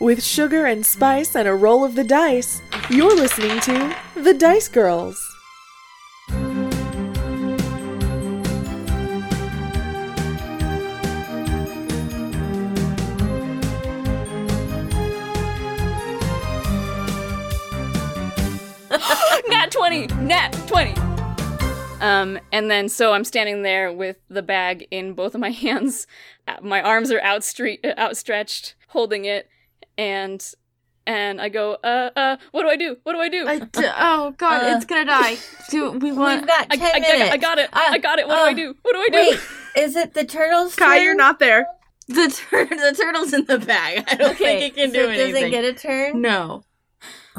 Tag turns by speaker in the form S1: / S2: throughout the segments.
S1: With sugar and spice and a roll of the dice, you're listening to The Dice Girls.
S2: nat 20 nat 20 um and then so i'm standing there with the bag in both of my hands Uh, my arms are outstre- uh, outstretched holding it and and i go uh uh what do i do what do i do
S3: I d- oh god,
S4: Uh,
S3: it's gonna die. Do we
S4: We've
S3: want?
S4: got
S2: I,
S4: ten
S2: I- I-
S4: minutes.
S2: I got it
S4: Uh,
S2: i got it what do i
S4: uh,
S2: do what do i do
S4: Wait, is it the turtles?
S5: Kai,
S4: turn?
S5: you're not there.
S3: The tur- the turtle's in the bag. I don't
S4: Okay,
S3: think it can
S4: so
S3: do
S4: it
S3: anything.
S4: doesn't get a turn.
S3: no.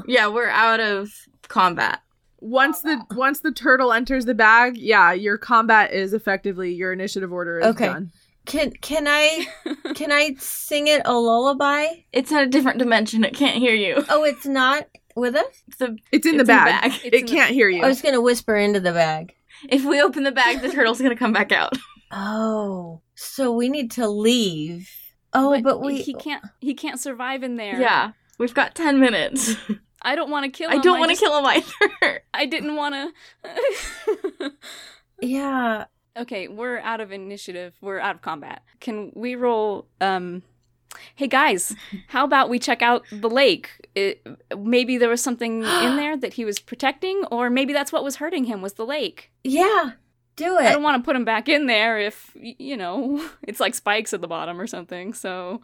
S3: Yeah, we're out of combat.
S5: Once the once the turtle enters the bag, yeah, your combat is effectively your initiative order is
S4: Okay.
S5: done.
S4: Can can I can I sing it a lullaby?
S3: It's in a different dimension. It can't hear you.
S4: Oh, it's not with us.
S3: It's, a,
S5: It's in the
S3: It's in the
S5: bag.
S3: bag.
S2: It's in
S5: It
S2: the-
S5: can't hear you.
S4: I was gonna whisper into the bag.
S3: if we open the bag, the turtle's gonna come back out.
S4: Oh, so we need to leave. Oh, but, we.
S2: he can't he can't survive in there
S3: Yeah, we've got ten minutes.
S2: i don't want to kill
S3: I
S2: him
S3: don't want to
S2: just-
S3: kill him either.
S2: i didn't want to
S4: yeah.
S2: Okay, we're out of initiative. We're out of combat. Can we roll? Um, hey guys, how about we check out the lake? It, maybe there was something in there that he was protecting, or maybe that's what was hurting him was the lake.
S4: Yeah. Do
S2: I don't
S4: it.
S2: want to put him back in there if y- you know it's like spikes at the bottom or something. So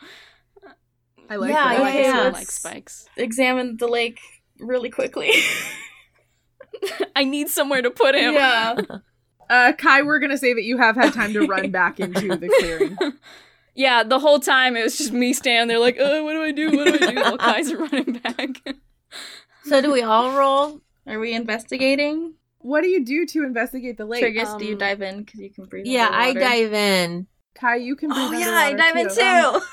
S5: I like
S4: Yeah,
S2: I
S5: that.
S2: like,
S4: yeah,
S2: I
S4: yeah.
S2: like spikes.
S3: Examine the lake really quickly.
S2: I need somewhere to put him.
S3: yeah.
S5: Uh, Kai, we're gonna say that you have had time to run back into the clearing.
S2: Yeah, the whole time it was just me standing there like, oh, what do I do? What do I do? All guys are running back.
S4: So do we all roll?
S3: Are we investigating?
S5: What do you do to investigate the lake?
S3: Trigus, do you
S2: um,
S3: dive in because you can breathe?
S4: Yeah, I
S3: underwater?
S4: dive in.
S5: Kai, you can.
S4: Oh
S5: breathe
S4: yeah, I dive
S5: underwater,
S4: in too.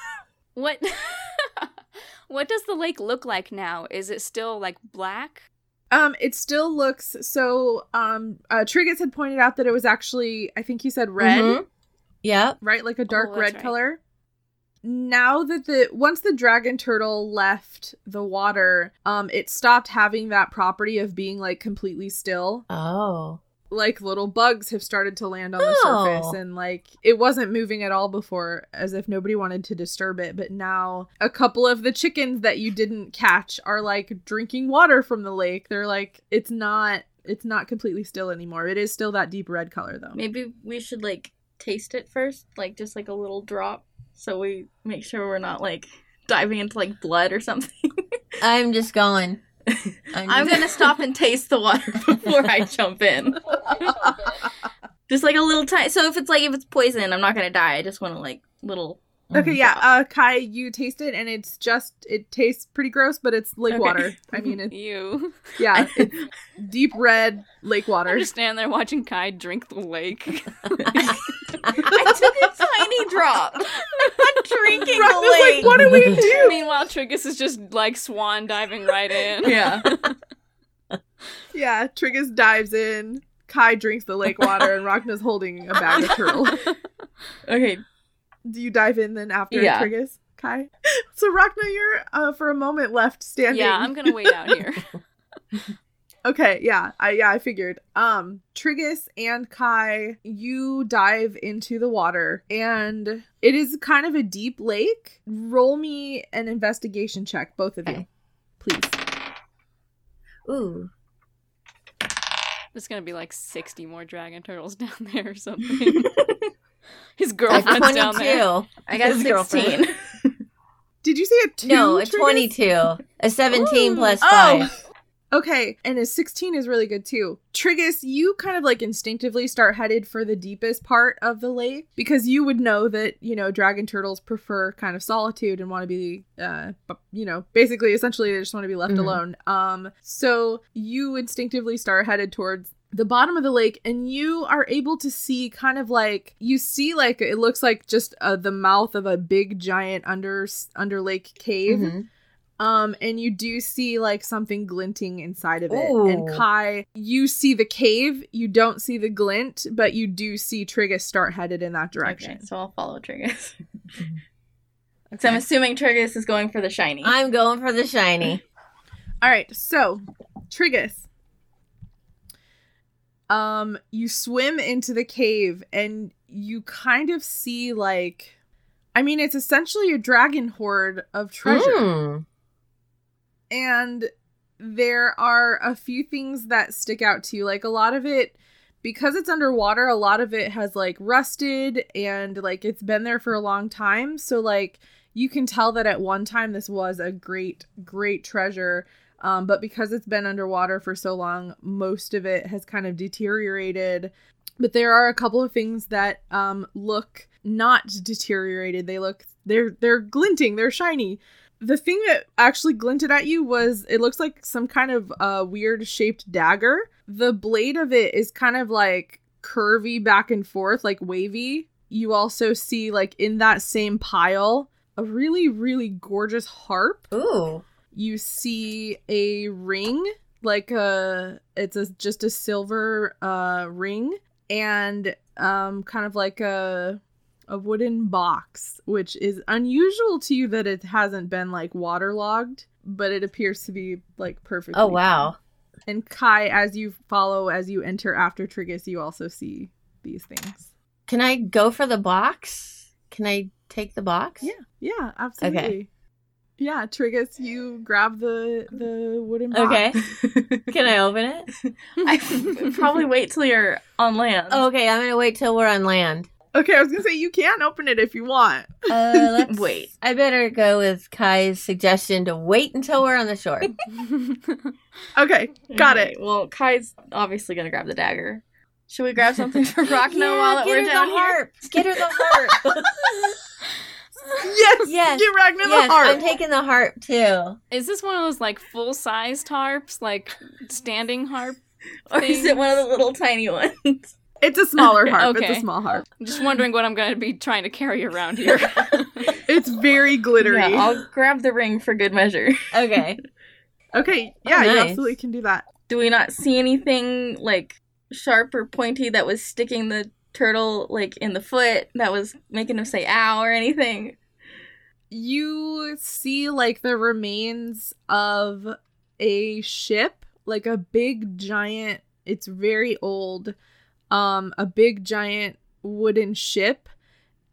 S2: What What does the lake look like now? Is it still like black?
S5: Um, it still looks so. Um, uh, Trigus had pointed out that it was actually, I think you said red,
S4: Mhm. Yep.
S5: right? Like a dark
S2: Oh, that's
S5: red
S2: right.
S5: color. Now that the once the dragon turtle left the water, um, it stopped having that property of being like completely still.
S4: Oh.
S5: Like little bugs have started to land on the
S4: Oh.
S5: surface, and like it wasn't moving at all before, as if nobody wanted to disturb it. But now a couple of the chickens that you didn't catch are like drinking water from the lake. They're like it's not it's not completely still anymore. It is still that deep red color though.
S3: Maybe we should like taste it first, like just like a little drop, so we make sure we're not like diving into like blood or something.
S4: I'm just going. I'm,
S3: I'm gonna stop and taste the water before I jump in. Just like a little tiny. So if it's like if it's poison, I'm not gonna die. I just want to like little.
S2: Oh
S5: Okay, yeah. Uh, Kai, you taste it, and it's just it tastes pretty gross, but it's lake
S3: Okay.
S5: water. I mean, it,
S2: You
S5: yeah, it's deep red lake
S2: I'm
S5: water.
S2: just standing there watching Kai drink the lake.
S3: I took a tiny drop.
S4: drinking
S5: Rock was like, what do we do?
S2: Meanwhile, Trigus is just like swan diving right in.
S3: Yeah.
S5: yeah, Trigus dives in. Kai drinks the lake water, and Ragna's holding a bag of turtle.
S3: Okay.
S5: Do you dive in then after
S3: Yeah.
S5: Trigus? Kai. So Ragna, you're uh, for a moment left standing.
S2: Yeah, I'm gonna wait out here.
S5: Okay, yeah, I yeah, I figured. Um, Trigus and Kai, you dive into the water, and it is kind of a deep lake. Roll me an investigation check, both of you,
S4: Okay.
S5: please.
S4: Ooh.
S2: There's gonna be like 60 more dragon turtles down there or something. His girlfriend's
S4: At
S2: down there.
S4: 22.
S3: I got
S4: His
S3: sixteen.
S4: girlfriend.
S5: Did you say a two?
S4: No, a
S5: Trigus?
S4: 22. A 17
S2: Ooh.
S4: plus
S3: Oh.
S4: 5.
S5: Okay, and a 16 is really good too. Trigus, you kind of like instinctively start headed for the deepest part of the lake because you would know that, you know, dragon turtles prefer kind of solitude and want to be, uh, bu- you know, basically, essentially, they just want to be left
S4: Mhm.
S5: alone. Um, so you instinctively start headed towards the bottom of the lake and you are able to see kind of like you see like it looks like just uh, the mouth of a big giant under under lake cave
S4: Mhm.
S5: um, and you do see like something glinting inside of it.
S4: Ooh.
S5: And Kai, you see the cave, you don't see the glint, but you do see Trigus start headed in that
S3: Okay,
S5: direction.
S3: so I'll follow Trigus. So I'm assuming Turgis is going for the shiny.
S4: I'm going for the shiny.
S5: All right, so Trigus. Um, you swim into the cave and you kind of see like, I mean, it's essentially a dragon horde of treasure,
S4: Mm.
S5: and there are a few things that stick out to you. Like a lot of it, because it's underwater, a lot of it has like rusted and like it's been there for a long time. So like you can tell that at one time this was a great, great treasure. Um, but because it's been underwater for so long, most of it has kind of deteriorated. But there are a couple of things that um, look not deteriorated. They look they're they're glinting. They're shiny. The thing that actually glinted at you was it looks like some kind of uh, weird shaped dagger. The blade of it is kind of like curvy back and forth, like wavy. You also see like in that same pile a really really gorgeous harp
S4: Ooh.
S5: you see a ring like a it's a just a silver uh ring and um kind of like a a wooden box which is unusual to you that it hasn't been like waterlogged but it appears to be like perfect
S4: Oh wow.
S5: and kai as you follow as you enter after trigus you also see these things
S4: Can I go for the box? Can I take the box?
S5: yeah yeah absolutely yeah trigus you grab the the wooden box
S4: Okay. Can I open it? Oh,
S3: I probably wait till you're on land.
S4: Okay, I'm gonna wait till we're on land.
S5: okay i was gonna say you can open it if you want
S4: Uh, let's
S3: Wait.
S4: I better go with Kai's suggestion to wait until we're on the shore.
S5: Okay, got
S3: Alright,
S5: it.
S3: Well, Kai's obviously gonna grab the dagger. Should we grab something for Rockno
S4: Yeah,
S3: while
S4: get
S3: we're
S4: her
S3: down
S4: the
S3: here?
S4: harp. Get her the harp.
S5: Yes,
S4: Yes,
S5: get Ragnar
S4: yes,
S5: the harp.
S4: I'm taking the harp too.
S2: Is this one of those like full sized harps, like standing harp?
S3: Or is it one of the little tiny ones?
S5: it's a smaller harp. It's
S2: Okay.
S5: a small harp.
S2: I'm just wondering what I'm going to be trying to carry around here.
S5: It's very glittery.
S3: Yeah, I'll grab the ring for good measure.
S4: Okay.
S5: okay, yeah, you
S4: nice.
S5: absolutely can do that.
S3: Do we not see anything like sharp or pointy that was sticking the turtle like in the foot that was making him say ow or anything?
S5: You see, like the remains of a ship, like a big giant. It's very old. Um, a big giant wooden ship,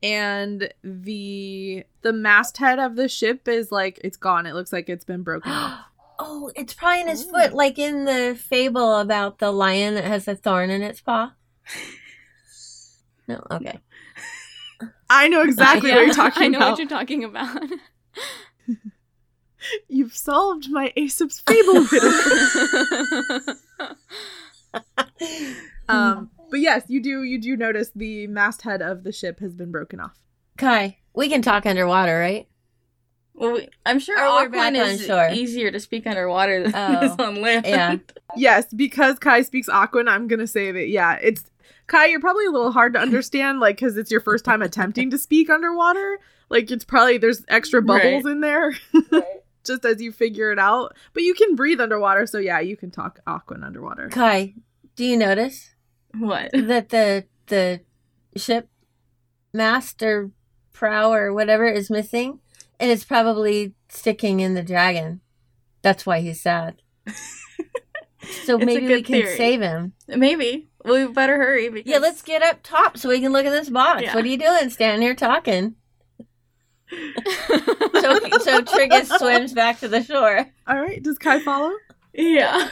S5: and the the masthead of the ship is like it's gone. It looks like it's been broken. off.
S4: oh, it's probably in his foot, like in the fable about the lion that has a thorn in its paw. No, okay.
S5: I know exactly what
S2: Yeah,
S5: you're talking
S2: I know
S5: about.
S2: what you're talking about.
S5: You've solved my Aesop's fable riddle. um, but yes, you do. You do notice the masthead of the ship has been broken off.
S4: Kai, we can talk underwater, right?
S3: Well, we, I'm sure
S4: Or Oh, we're
S3: Auckland
S4: back on
S3: is
S4: shore.
S3: easier to speak underwater than
S4: Oh.
S3: it is on land.
S4: Yeah.
S5: Yes, because Kai speaks Aquan, I'm gonna say that. Yeah, it's Kai. You're probably a little hard to understand, like because it's your first time attempting to speak underwater. Like it's probably there's extra bubbles
S3: Right.
S5: in there. Just as you figure it out, but you can breathe underwater, so yeah, you can talk Aquan underwater.
S4: Kai, do you notice
S3: What?
S4: that the the ship mast or prow or whatever is missing? And it's probably sticking in the dragon. That's why he's sad. so
S3: It's a
S4: maybe we
S3: good
S4: can
S3: theory.
S4: save him.
S3: Maybe. We better hurry because
S4: Yeah, let's get up top so we can look at this box.
S3: Yeah.
S4: What are you doing standing here talking? So, so Trigus swims back to the shore.
S5: All right, does Kai follow?
S3: Yeah.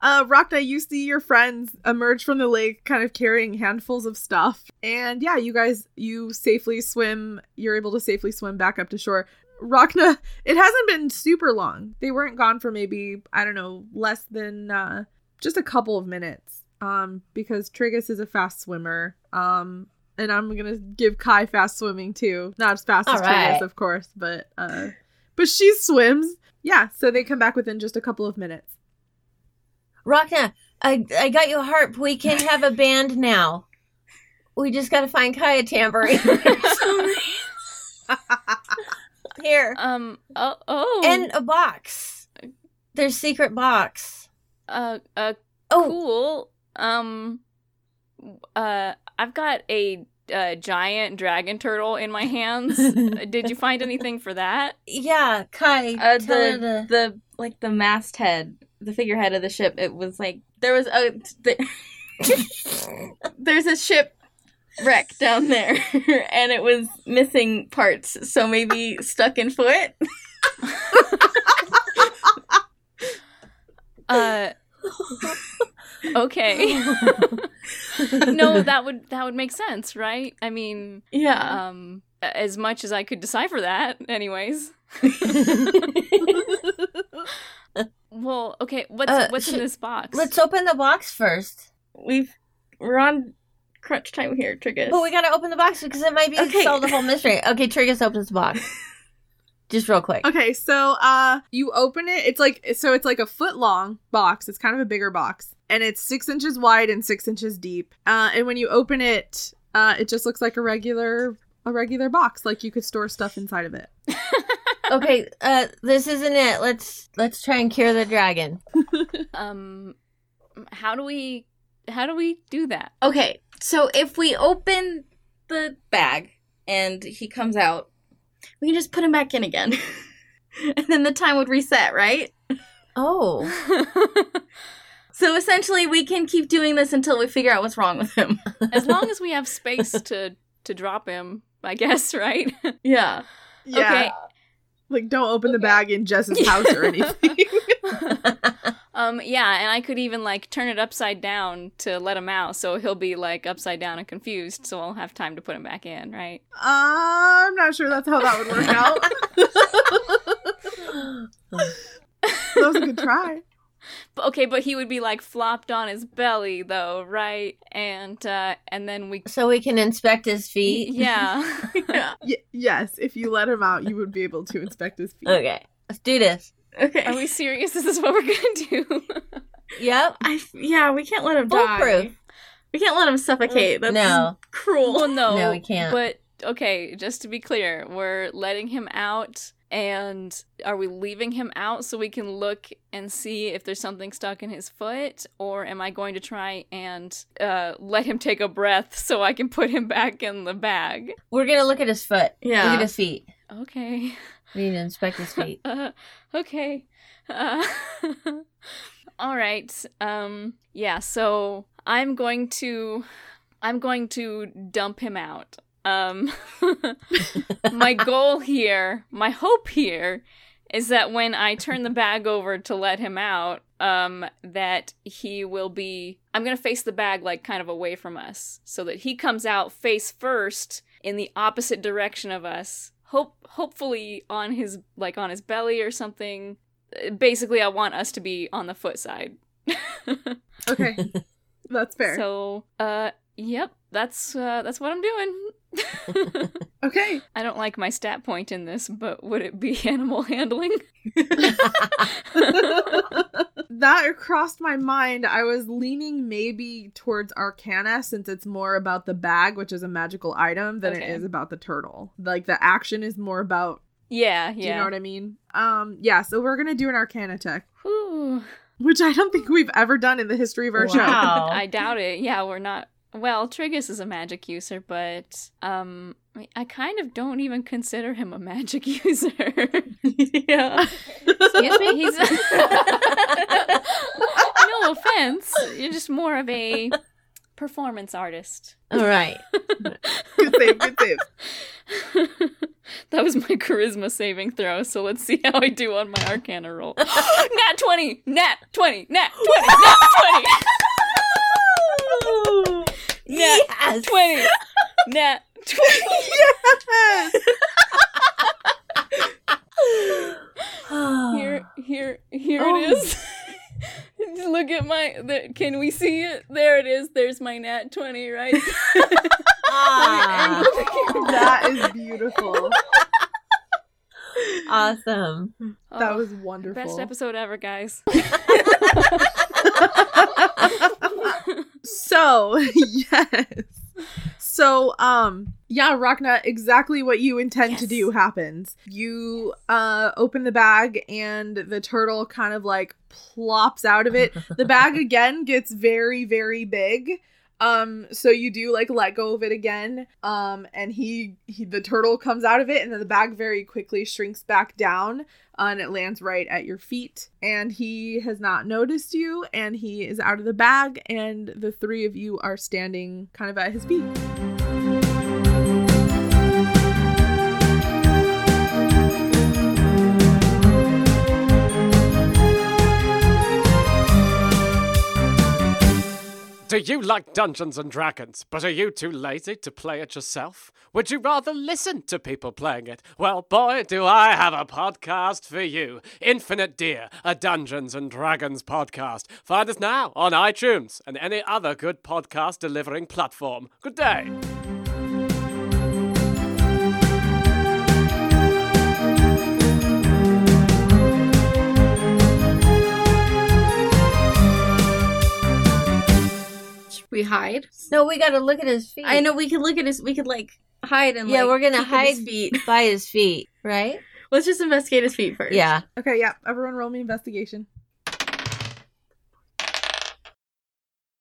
S5: Uh, Rakna, you see your friends emerge from the lake, kind of carrying handfuls of stuff. And yeah, you guys, you safely swim, you're able to safely swim back up to shore. Rakna, it hasn't been super long. They weren't gone for maybe, I don't know, less than uh, just a couple of minutes. Um, because Trigus is a fast swimmer. Um, and I'm gonna give Kai fast swimming too. Not as fast as
S4: All right.
S5: Trigus, of course, but uh, but she swims. Yeah, so they come back within just a couple of minutes.
S4: Rockna, I, I got you a harp. We can have a band now. We just got to find Kai a tambourine. Here.
S2: um. Oh. oh
S4: And a box. Their secret box.
S2: uh, uh,
S4: Oh,
S2: cool. Um. Uh. I've got a uh, giant dragon turtle in my hands. Uh, Did you find anything for that?
S4: Yeah, Kai.
S3: Uh,
S4: tell her
S3: the
S4: to-
S3: the like the masthead, the figurehead of the ship. It was like there was a the- there's a ship wreck down there, and it was missing parts. So maybe stuck in foot.
S2: Uh, okay. no, that would that would make sense, right? I mean,
S3: Yeah.
S2: um, as much as I could decipher that, anyways. Well, okay. What's
S4: Uh,
S2: what's in
S4: sh-
S2: this box?
S4: Let's open the box first.
S3: We've we're on crunch time here, Trigus.
S4: But we gotta open the box because it might be
S3: Okay.
S4: solve the whole mystery. Okay, Trigus opens the box. Just real quick.
S5: Okay, so uh you open it, it's like so it's like a foot long box. It's kind of a bigger box. And it's six inches wide and six inches deep. Uh and when you open it, uh it just looks like a regular a regular box, like you could store stuff inside of it.
S4: Okay, uh, this isn't it. Let's let's try and cure the dragon.
S2: um, how do we how do we do that?
S3: Okay, so if we open the bag and he comes out, we can just put him back in again. and then the time would reset, right?
S4: Oh,
S3: So essentially, we can keep doing this until we figure out what's wrong with him.
S2: as long as we have space to to drop him, I guess, right?
S3: yeah.
S2: Okay.
S5: Like don't open the bag in Jess's house or anything.
S2: Um, yeah, and I could even like turn it upside down to let him out, so he'll be like upside down and confused, so I'll have time to put him back in, right?
S5: I'm not sure that's how that would work out. that was a good try.
S2: But, okay, but he would be like flopped on his belly though, right? And uh, and then we,
S4: so we can inspect his feet.
S2: yeah,
S3: yeah.
S5: Y- yes, if you let him out, you would be able to inspect his feet.
S4: Okay, let's do this.
S3: Okay.
S2: are we serious? Is this what we're gonna do?
S4: Yep.
S3: I, yeah, we can't let him die.
S4: Foolproof.
S3: We can't let him suffocate. That's
S4: No.
S2: well,
S3: cruel.
S2: no,
S4: No, we can't.
S2: But okay, just to be clear, we're letting him out. And are we leaving him out so we can look and see if there's something stuck in his foot? Or am I going to try and uh, let him take a breath so I can put him back in the bag?
S4: We're gonna look at his foot. Look at
S3: Yeah.
S4: his feet.
S2: Okay.
S4: We need to inspect his feet.
S2: Uh, okay. Uh, all right. Um, yeah. So I'm going to, I'm going to dump him out. Um, my goal here, my hope here, is that when I turn the bag over to let him out, um, that he will be. I'm gonna face the bag like kind of away from us, so that he comes out face first in the opposite direction of us. Hope, hopefully on his like on his belly or something. Uh, Basically, I want us to be on the foot side.
S5: Okay. That's fair.
S2: So, uh, yep, that's uh, that's what I'm doing.
S5: okay.
S2: I don't like my stat point in this, but would it be animal handling?
S5: that crossed my mind. I was leaning maybe towards Arcana since it's more about the bag, which is a magical item, than
S2: Okay.
S5: it is about the turtle. Like the action is more about.
S2: Yeah,
S5: Do you know
S2: yeah.
S5: what I mean? Um. Yeah. So we're gonna do an Arcana check,
S2: Whew.
S5: which I don't think we've ever done in the history of our show.
S4: Wow.
S2: I doubt it. Yeah, we're not. Well, Trigus is a magic user, but um, I- I kind of don't even consider him a magic user.
S3: yeah.
S2: Excuse me. He's no offense. You're just more of a performance artist.
S4: All right.
S5: good save. Good save.
S2: that was my charisma saving throw, so let's see how I do on my arcana roll. nat 20! Nat 20! Nat 20! Nat 20! Nat
S4: Yes.
S2: 20! Nat 20!
S5: Uh,
S2: Here, here, here
S5: oh.
S2: it is. Just Look at my. The, can we see it? There it is. There's my nat 20, right?
S4: Ah,
S5: that is beautiful.
S4: awesome.
S5: That
S2: Oh,
S5: was wonderful.
S2: Best episode ever, guys.
S5: So, yes. So, um, yeah, Rachna, exactly what you intend to
S2: Yes.
S5: do happens. You uh open the bag and the turtle kind of like plops out of it. The bag again gets very, very big. Um, so you do like let go of it again. Um, and he, he the turtle comes out of it, and then the bag very quickly shrinks back down, uh, and it lands right at your feet. And he has not noticed you, and he is out of the bag, and the three of you are standing kind of at his feet.
S6: Do you like Dungeons and Dragons, but are you too lazy to play it yourself? Would you rather listen to people playing it? Well, boy, do I have a podcast for you. Infinite Deer, a Dungeons and Dragons podcast. Find us now on iTunes and any other good podcast delivering platform. Good day.
S3: Should we hide?
S4: No, we gotta look at his feet.
S3: I know we could look at his. We could like hide and
S4: Yeah,
S3: like,
S4: we're gonna
S3: peek at his
S4: hide-
S3: feet.
S4: by his feet, right?
S3: Let's just investigate his feet first.
S4: Yeah.
S5: Okay, yeah, everyone roll me investigation.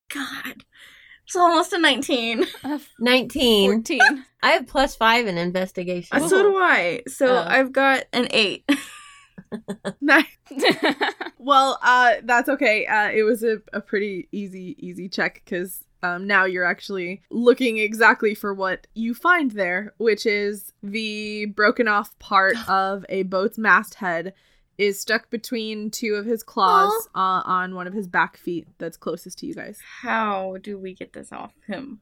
S3: God, it's almost a nineteen.
S4: Nineteen.
S2: 14.
S4: I have plus five in investigation.
S3: So do I. So
S4: Oh.
S3: I've got an eight.
S5: Nice. Well, uh, that's okay. Uh, it was a, a pretty easy, easy check because um, now you're actually looking exactly for what you find there, which is the broken off part of a boat's masthead is stuck between two of his claws uh, on one of his back feet that's closest to you guys.
S3: How do we get this off him?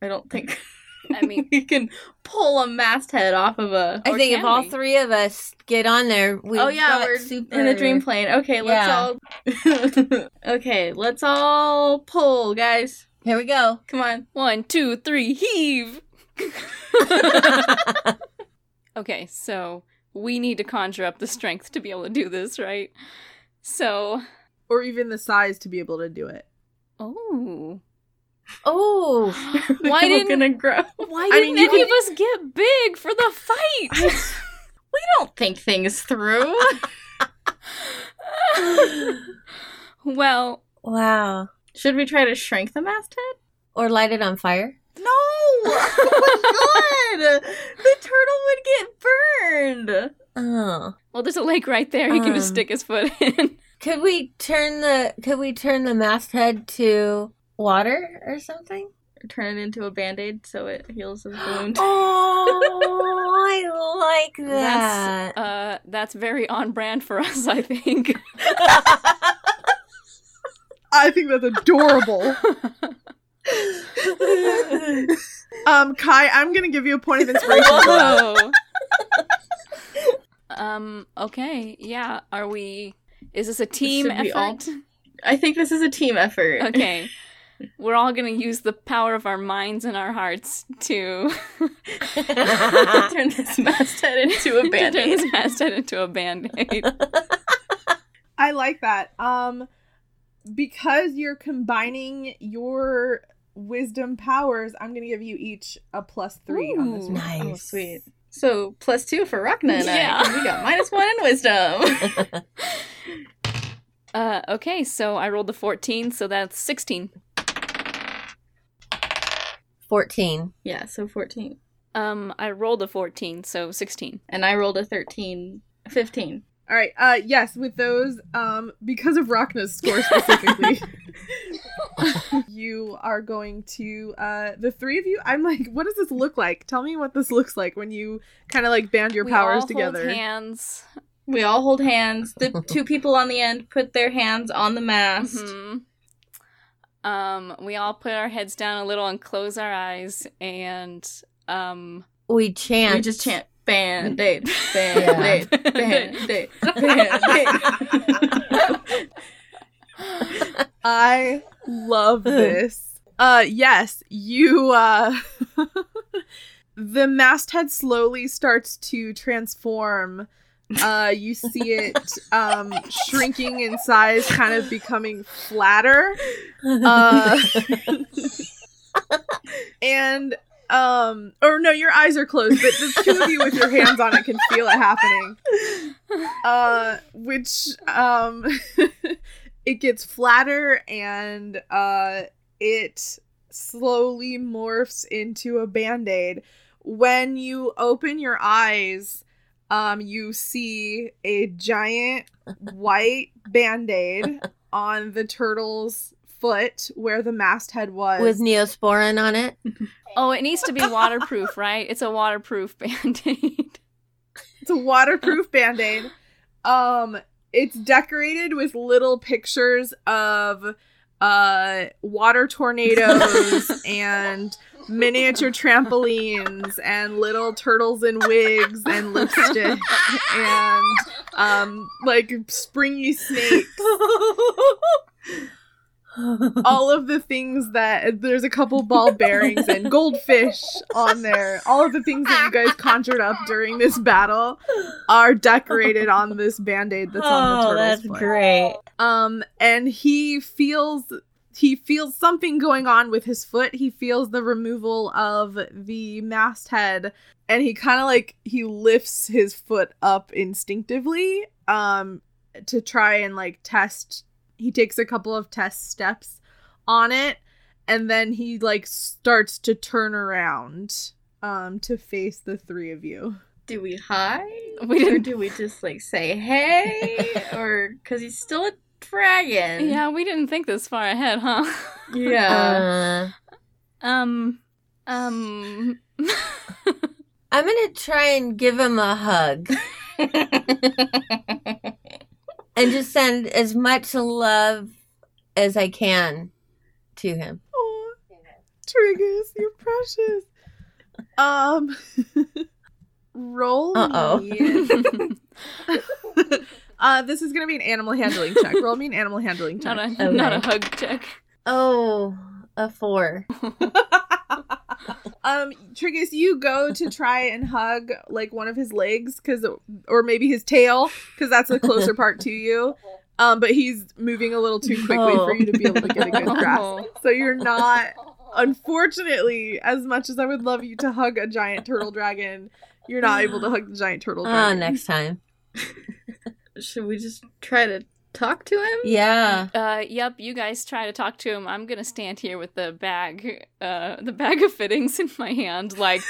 S3: I don't think.
S2: I mean-
S3: we can pull a masthead off of a.
S4: I
S2: Or
S4: think
S2: can
S4: if all
S2: we?
S4: three of us get on there, we
S3: oh yeah, we're
S4: super...
S3: in the dream plane. Okay, let's
S4: Yeah.
S3: all. okay, let's all pull, guys.
S4: Here we go.
S3: Come on.
S2: One, two, three, heave! okay, so we need to conjure up the strength to be able to do this, right? So,
S5: Or even the size to be able to do it.
S2: oh.
S4: oh,
S2: Why
S3: We're
S2: didn't-
S3: gonna grow?
S2: Why
S5: I
S2: didn't
S5: mean, you
S2: any of us get big for the fight?
S3: We don't think things through.
S2: well,
S4: wow.
S3: Should we try to shrink the masthead?
S4: Or light it on fire.
S3: No! Oh my god! The turtle would get burned!
S4: Oh.
S2: well, there's a lake right there. He can just
S4: Um.
S2: stick his foot in.
S4: Could we turn the could we turn the masthead to water or something?
S3: Turn it into a band aid so it heals his wound.
S4: Oh, I like
S2: That's
S4: that.
S2: uh, that's very on brand for us, I think.
S5: I think that's adorable. um, Kai, I'm going to give you a point of inspiration. for that.
S2: Whoa. um. Okay. Yeah. Are we? Is this a team
S3: Should we all-
S2: effort?
S3: I think this is a team effort.
S2: Okay. We're all gonna use the power of our minds and our hearts to
S3: Turn this masthead into a Oh,
S2: to turn
S3: band aid.
S2: this masthead into a band aid.
S5: I like that. Um because you're combining your wisdom powers, I'm gonna give you each a plus three on this
S2: Ooh.
S5: one.
S4: nice.
S3: Oh, sweet. So plus two for Rachna and
S2: Yeah.
S3: I. 'cause We got minus one in wisdom.
S2: Uh, okay, so I rolled the 14, so that's 16.
S4: Fourteen.
S3: yeah, so 14.
S2: Um, I rolled a 14, so 16.
S3: And I rolled a 13. 15.
S5: All right. Uh yes, with those um because of Rachna's score specifically. you are going to uh the three of you I'm like what does this look like? Tell me what this looks like when you kind of like band your
S2: We all
S5: powers
S2: hold
S5: together.
S2: hands.
S3: We all hold hands. The two people on the end put their hands on the mast.
S2: Mhm. Um, we all put our heads down a little and close our eyes, and um,
S4: We chant.
S3: We just chant band aid, band
S4: Yeah.
S3: aid, band aid, band aid.
S5: I love this. Uh yes, you uh the masthead slowly starts to transform. Uh you see it um shrinking in size, kind of becoming flatter. Uh and um or no, your eyes are closed, but the two of you with your hands on it can feel it happening. Uh which um it gets flatter and uh it slowly morphs into a band aid. When you open your eyes, um, you see a giant white band aid on the turtle's foot where the masthead was.
S4: with neosporin on it.
S2: Oh, it needs to be waterproof, right? It's a waterproof band aid.
S5: It's a waterproof band aid. Um, it's decorated with little pictures of uh water tornadoes and miniature trampolines and little turtles in wigs and lipstick and um like springy snakes all of the things that there's a couple ball bearings and goldfish on there all of the things that you guys conjured up during this battle are decorated on this band-aid that's on the
S4: oh,
S5: turtle's
S4: that's
S5: foot.
S4: great.
S5: um and he feels he feels something going on with his foot he feels the removal of the masthead and he kind of like he lifts his foot up instinctively um to try and like test he takes a couple of test steps on it and then he like starts to turn around um to face the three of you
S3: Do we hide?
S2: We
S3: Or
S2: didn't-
S3: do we just like say hey? or because he's still a dragon?
S2: Yeah, we didn't think this far ahead, huh?
S3: Yeah.
S4: Uh,
S2: Um, um,
S4: I'm gonna try and give him a hug
S3: Um,
S4: and just send as much love as I can to him.
S5: Aw, Triggers, you're precious. Um, roll
S4: Uh-oh.
S5: me. uh, this is gonna be an animal handling check. Roll me an animal handling
S2: not a
S5: check.
S2: not a
S4: Okay.
S2: hug check.
S4: Oh, a four.
S5: Um, Trigus, you go to try and hug like one of his legs, cause or maybe his tail, cause that's the closer part to you. Um, but he's moving a little too quickly
S4: Oh.
S5: for you to be able to get a good grasp.
S2: Oh.
S5: So you're not, unfortunately, as much as I would love you to hug a giant turtle dragon, you're not able to hug the giant turtle
S4: Oh,
S5: dragon.
S4: next time.
S3: Should we just try to talk to him?
S4: Yeah.
S2: Uh, yep. You guys try to talk to him. I'm gonna stand here with the bag, uh, the bag of fittings in my hand, like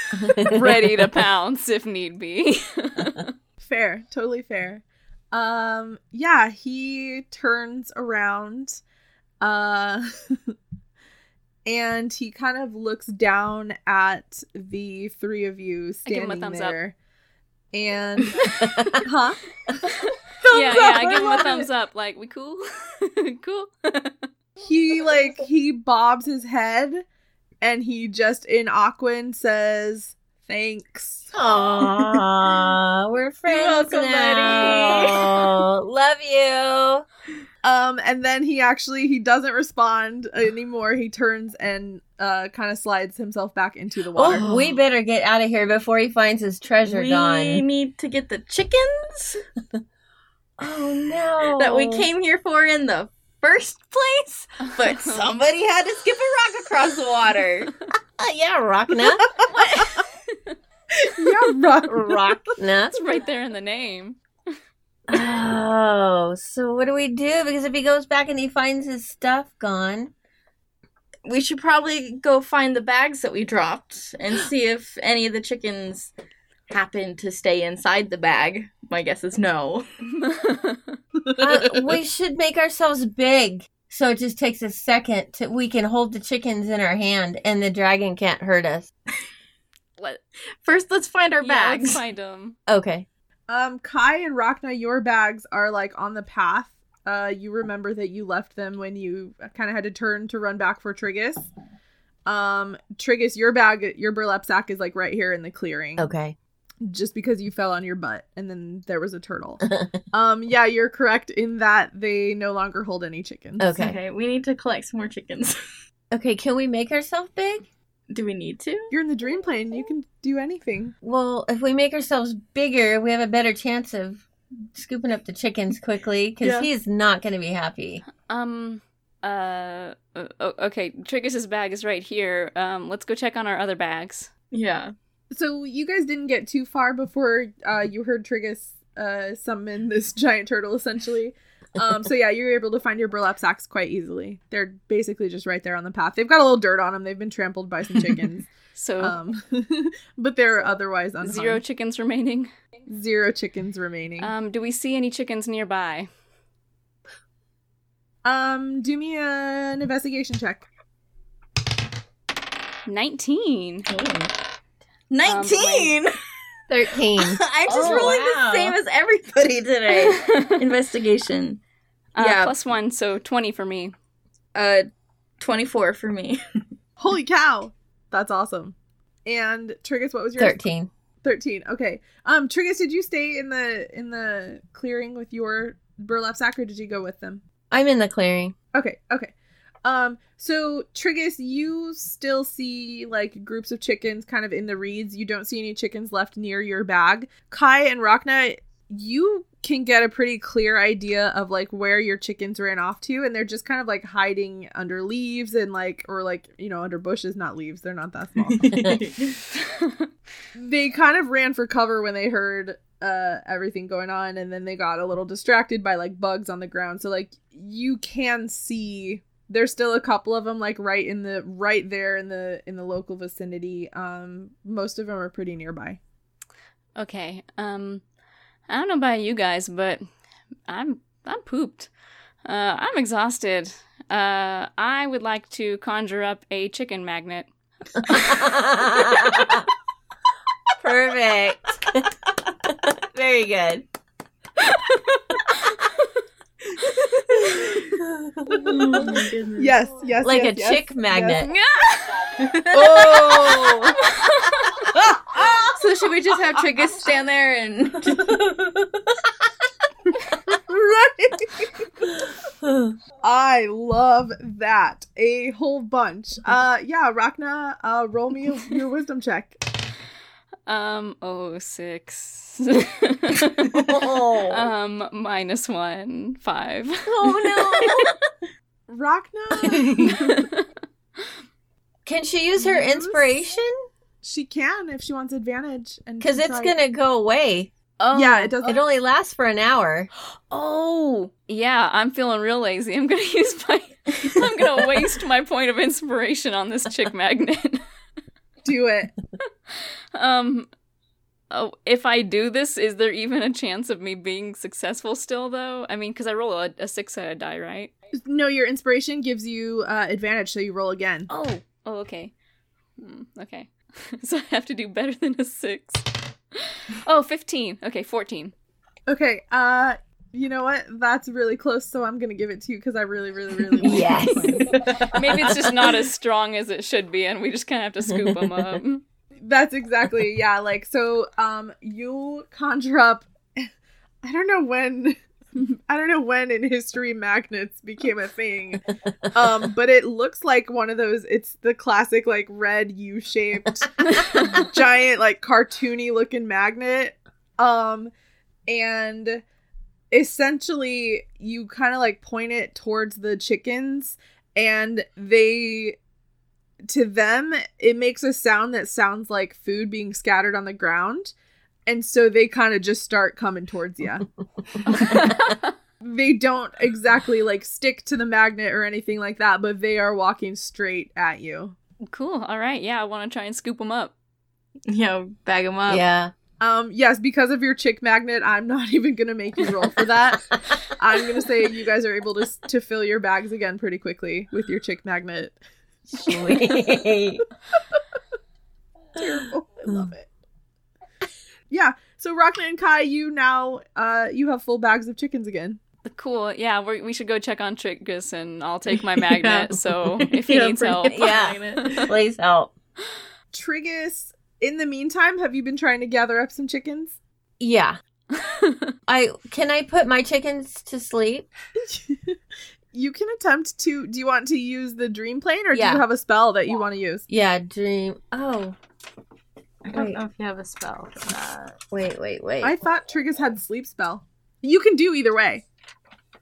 S2: ready to pounce if need be.
S5: Fair, totally fair. Um, yeah, he turns around, uh, and he kind of looks down at the three of you
S2: I give him a
S5: standing
S2: thumbs up.
S5: there, and huh? Thumbs
S2: yeah, yeah.
S5: up,
S2: I give him
S5: love
S2: a
S5: it.
S2: thumbs up. Like we cool, cool.
S5: he like he bobs his head and he just in Aquin says thanks.
S4: Aww, we're friends
S3: welcome, buddy.
S4: now. Love you.
S5: Um and then he actually he doesn't respond anymore. He turns and uh kind of slides himself back into the water.
S4: Oh, we better get out of here before he finds his treasure
S3: we
S4: gone.
S3: need to get the chickens
S4: Oh no!
S3: that we came here for in the first place, but somebody had to skip a rock across the water.
S4: Uh, yeah, Rockna.
S5: yeah, right.
S4: Rockna.
S2: It's right there in the name.
S4: Oh, so what do we do? Because if he goes back and he finds his stuff gone,
S3: we should probably go find the bags that we dropped and see if any of the chickens happen to stay inside the bag. My guess is no.
S4: uh, we should make ourselves big. So it just takes a second to we can hold the chickens in our hand, and the dragon can't hurt us.
S2: Let,
S3: First, let's find our
S2: yeah,
S3: bags.
S2: let's find him.
S4: Okay.
S5: Um Kai and Rachna, your bags are like on the path. Uh you remember that you left them when you kind of had to turn to run back for Trigus. Um Trigus, your bag your burlap sack is like right here in the clearing.
S4: Okay.
S5: just because you fell on your butt and then there was a turtle. um yeah, you're correct in that they no longer hold any chickens.
S4: Okay.
S3: okay, we need to collect some more chickens.
S4: Okay. Can we make ourselves big?
S3: Do we need to?
S5: You're in the dream plane, you can do anything.
S4: Well, if we make ourselves bigger, we have a better chance of scooping up the chickens quickly because
S5: Yeah.
S4: he's not going to be happy.
S2: Um. Uh. o- o- Okay. Trigus's bag is right here. Um. Let's go check on our other bags.
S3: Yeah.
S5: So you guys didn't get too far before uh you heard Trigus uh summon this giant turtle essentially. um, so yeah, you're able to find your burlap sacks quite easily. They're basically just right there on the path. They've got a little dirt on them. They've been trampled by some chickens,
S2: So
S3: Oh,
S5: um, but they're otherwise unharmed.
S2: Oh. zero chickens remaining.
S5: Zero chickens remaining. Um,
S2: Um, do we see any chickens nearby?
S5: Um, do me an investigation check.
S2: 19.
S3: Oh. Um, 19!
S4: 13.
S3: I'm just
S4: Oh,
S3: rolling
S4: wow.
S3: the same as everybody today. Investigation.
S2: Uh,
S3: Yeah.
S2: Plus one, so 20 for me.
S3: Uh, 24 for me.
S5: Holy cow, that's awesome. And Trigus, what was your
S4: 13.
S5: 13 okay um trigus did you stay in the in the clearing with your burlap sack or did you go with them
S4: I'm in the clearing.
S5: okay okay um so trigus you still see like groups of chickens kind of in the reeds you don't see any chickens left near your bag kai and Rachna, you can get a pretty clear idea of like where your chickens ran off to and they're just kind of like hiding under leaves and like or like you know under bushes not leaves they're not that small they kind of ran for cover when they heard uh everything going on and then they got a little distracted by like bugs on the ground so like you can see there's still a couple of them like right in the right there in the in the local vicinity um most of them are pretty nearby
S2: okay. Um, I don't know about you guys, but I'm I'm pooped. Uh, I'm exhausted. Uh, I would like to conjure up a chicken magnet.
S4: Perfect. Very good.
S5: yes yes
S4: Like
S5: yes,
S4: a
S5: yes,
S4: chick
S5: yes.
S4: magnet.
S5: oh
S3: so should we just have Trigus stand there and
S4: Oh!
S5: right i love that a whole bunch uh yeah Rachna, uh roll me your wisdom check
S2: Um, oh, six.
S4: Oh.
S2: um, minus one, five.
S4: no.
S5: Rachna
S4: Can she use her inspiration?
S5: She can if she wants advantage, and
S4: Because
S5: can
S4: it's
S5: try-
S4: going to go away.
S2: Oh,
S5: Yeah, it doesn't.
S4: It only lasts for an hour.
S2: Oh, yeah, I'm feeling real lazy. I'm going to use my I'm going to waste my point of inspiration on this chick magnet.
S5: do it.
S2: Um oh, if I do this, is there even a chance of me being successful still though? I mean, cuz I roll a, a 6-sided die, right?
S5: No, your inspiration gives you uh, advantage, so you roll again.
S2: Oh, oh okay. Hmm, okay. so I have to do better than a 6. Oh, 15. Okay, 14.
S5: Okay. Uh, you know what? That's really close, so I'm gonna give it to you because I really, really, really. want
S4: Yes.
S5: this one.
S2: Maybe it's just not as strong as it should be and we just kind of have to scoop them up.
S5: That's exactly yeah. Like so, um, you conjure up. I don't know when. I don't know when in history magnets became a thing, um, but it looks like one of those. It's the classic like red U shaped giant like cartoony looking magnet um and essentially you kind of like point it towards the chickens and they to them it makes a sound that sounds like food being scattered on the ground and so they kind of just start coming towards you they don't exactly like stick to the magnet or anything like that but they are walking straight at you
S2: Cool. All right. Yeah, I want to try and scoop them up.
S3: you know bag him up?
S4: yeah.
S5: Um, yes, because of your chick magnet, I'm not even gonna make you roll for that. I'm gonna say you guys are able to to fill your bags again pretty quickly with your chick magnet.
S4: Sweet.
S5: Terrible. I love it. Yeah. So Rockna and Kai, you now uh you have full bags of chickens again.
S2: Cool. Yeah, we we should go check on Trigus, and I'll take my magnet.
S3: Oh,
S2: So if he
S3: Yeah,
S2: needs
S3: bring
S2: help,
S3: it
S4: Yeah. Please help.
S5: Trigus, in the meantime, have you been trying to gather up some chickens?
S4: Yeah. I can I put my chickens to sleep?
S5: You can attempt to do you want to use the dream plane or
S4: Yeah.
S5: do you have a spell that you want to use?
S4: Yeah, dream. Oh,
S3: I
S4: don't know
S3: if you have a spell for that.
S4: wait, wait, wait.
S5: I thought Trigus had sleep spell. You can do either way.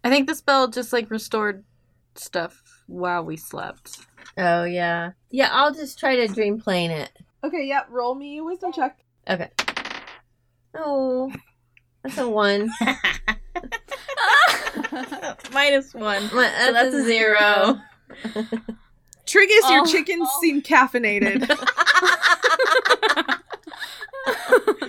S3: I think the spell just like restored stuff while we slept.
S4: oh yeah. Yeah, I'll just try to dream plane it.
S5: Okay, yep. Roll me a wisdom check.
S4: Okay. Oh. That's a one.
S3: Minus one. So
S4: That's a
S3: that's a zero.
S5: Trigus, your
S2: Oh.
S5: chickens seem caffeinated.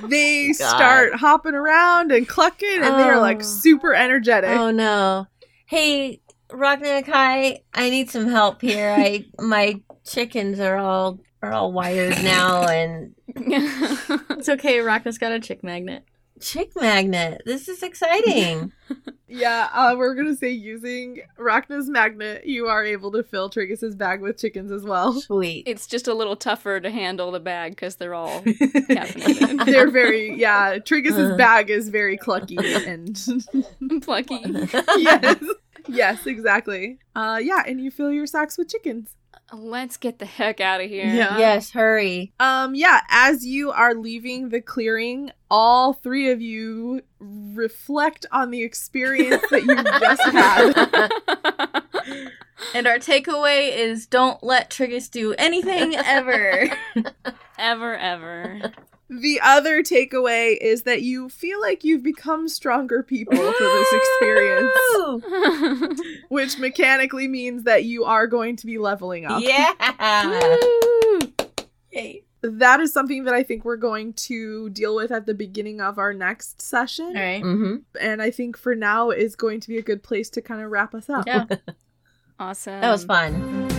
S5: they start hopping around and clucking, and they're
S4: Oh.
S5: like super energetic.
S4: Oh no. Hey, Rock Nakai, I need some help here. I my chickens are all are all wired now and
S3: It's okay. Rockna's got a chick magnet.
S4: chick magnet. This is exciting.
S5: Yeah, uh, we're gonna say using Rachna's magnet, you are able to fill Trigus's bag with chickens as well.
S4: Sweet.
S2: it's just a little tougher to handle the bag because they're all caffeinated
S5: They're very yeah. Trigus's bag is very clucky and
S2: and plucky.
S5: yes, yes, exactly. Uh, yeah, and you fill your sacks with chickens.
S2: Let's get the heck out of here.
S5: Yeah.
S4: Yes, hurry.
S5: Um, yeah, as you are leaving the clearing, all three of you reflect on the experience that you just had.
S3: And our takeaway is don't let Trigus do anything ever.
S2: ever, ever.
S5: The other takeaway is that you feel like you've become stronger people for this experience. Which mechanically means that you are going to be leveling up.
S4: Yeah.
S3: Yay.
S5: That is something that I think we're going to deal with at the beginning of our next session.
S3: All right.
S4: mm-hmm.
S5: And I think for now is going to be a good place to kind of wrap us up.
S3: Yeah.
S2: awesome.
S4: That was fun.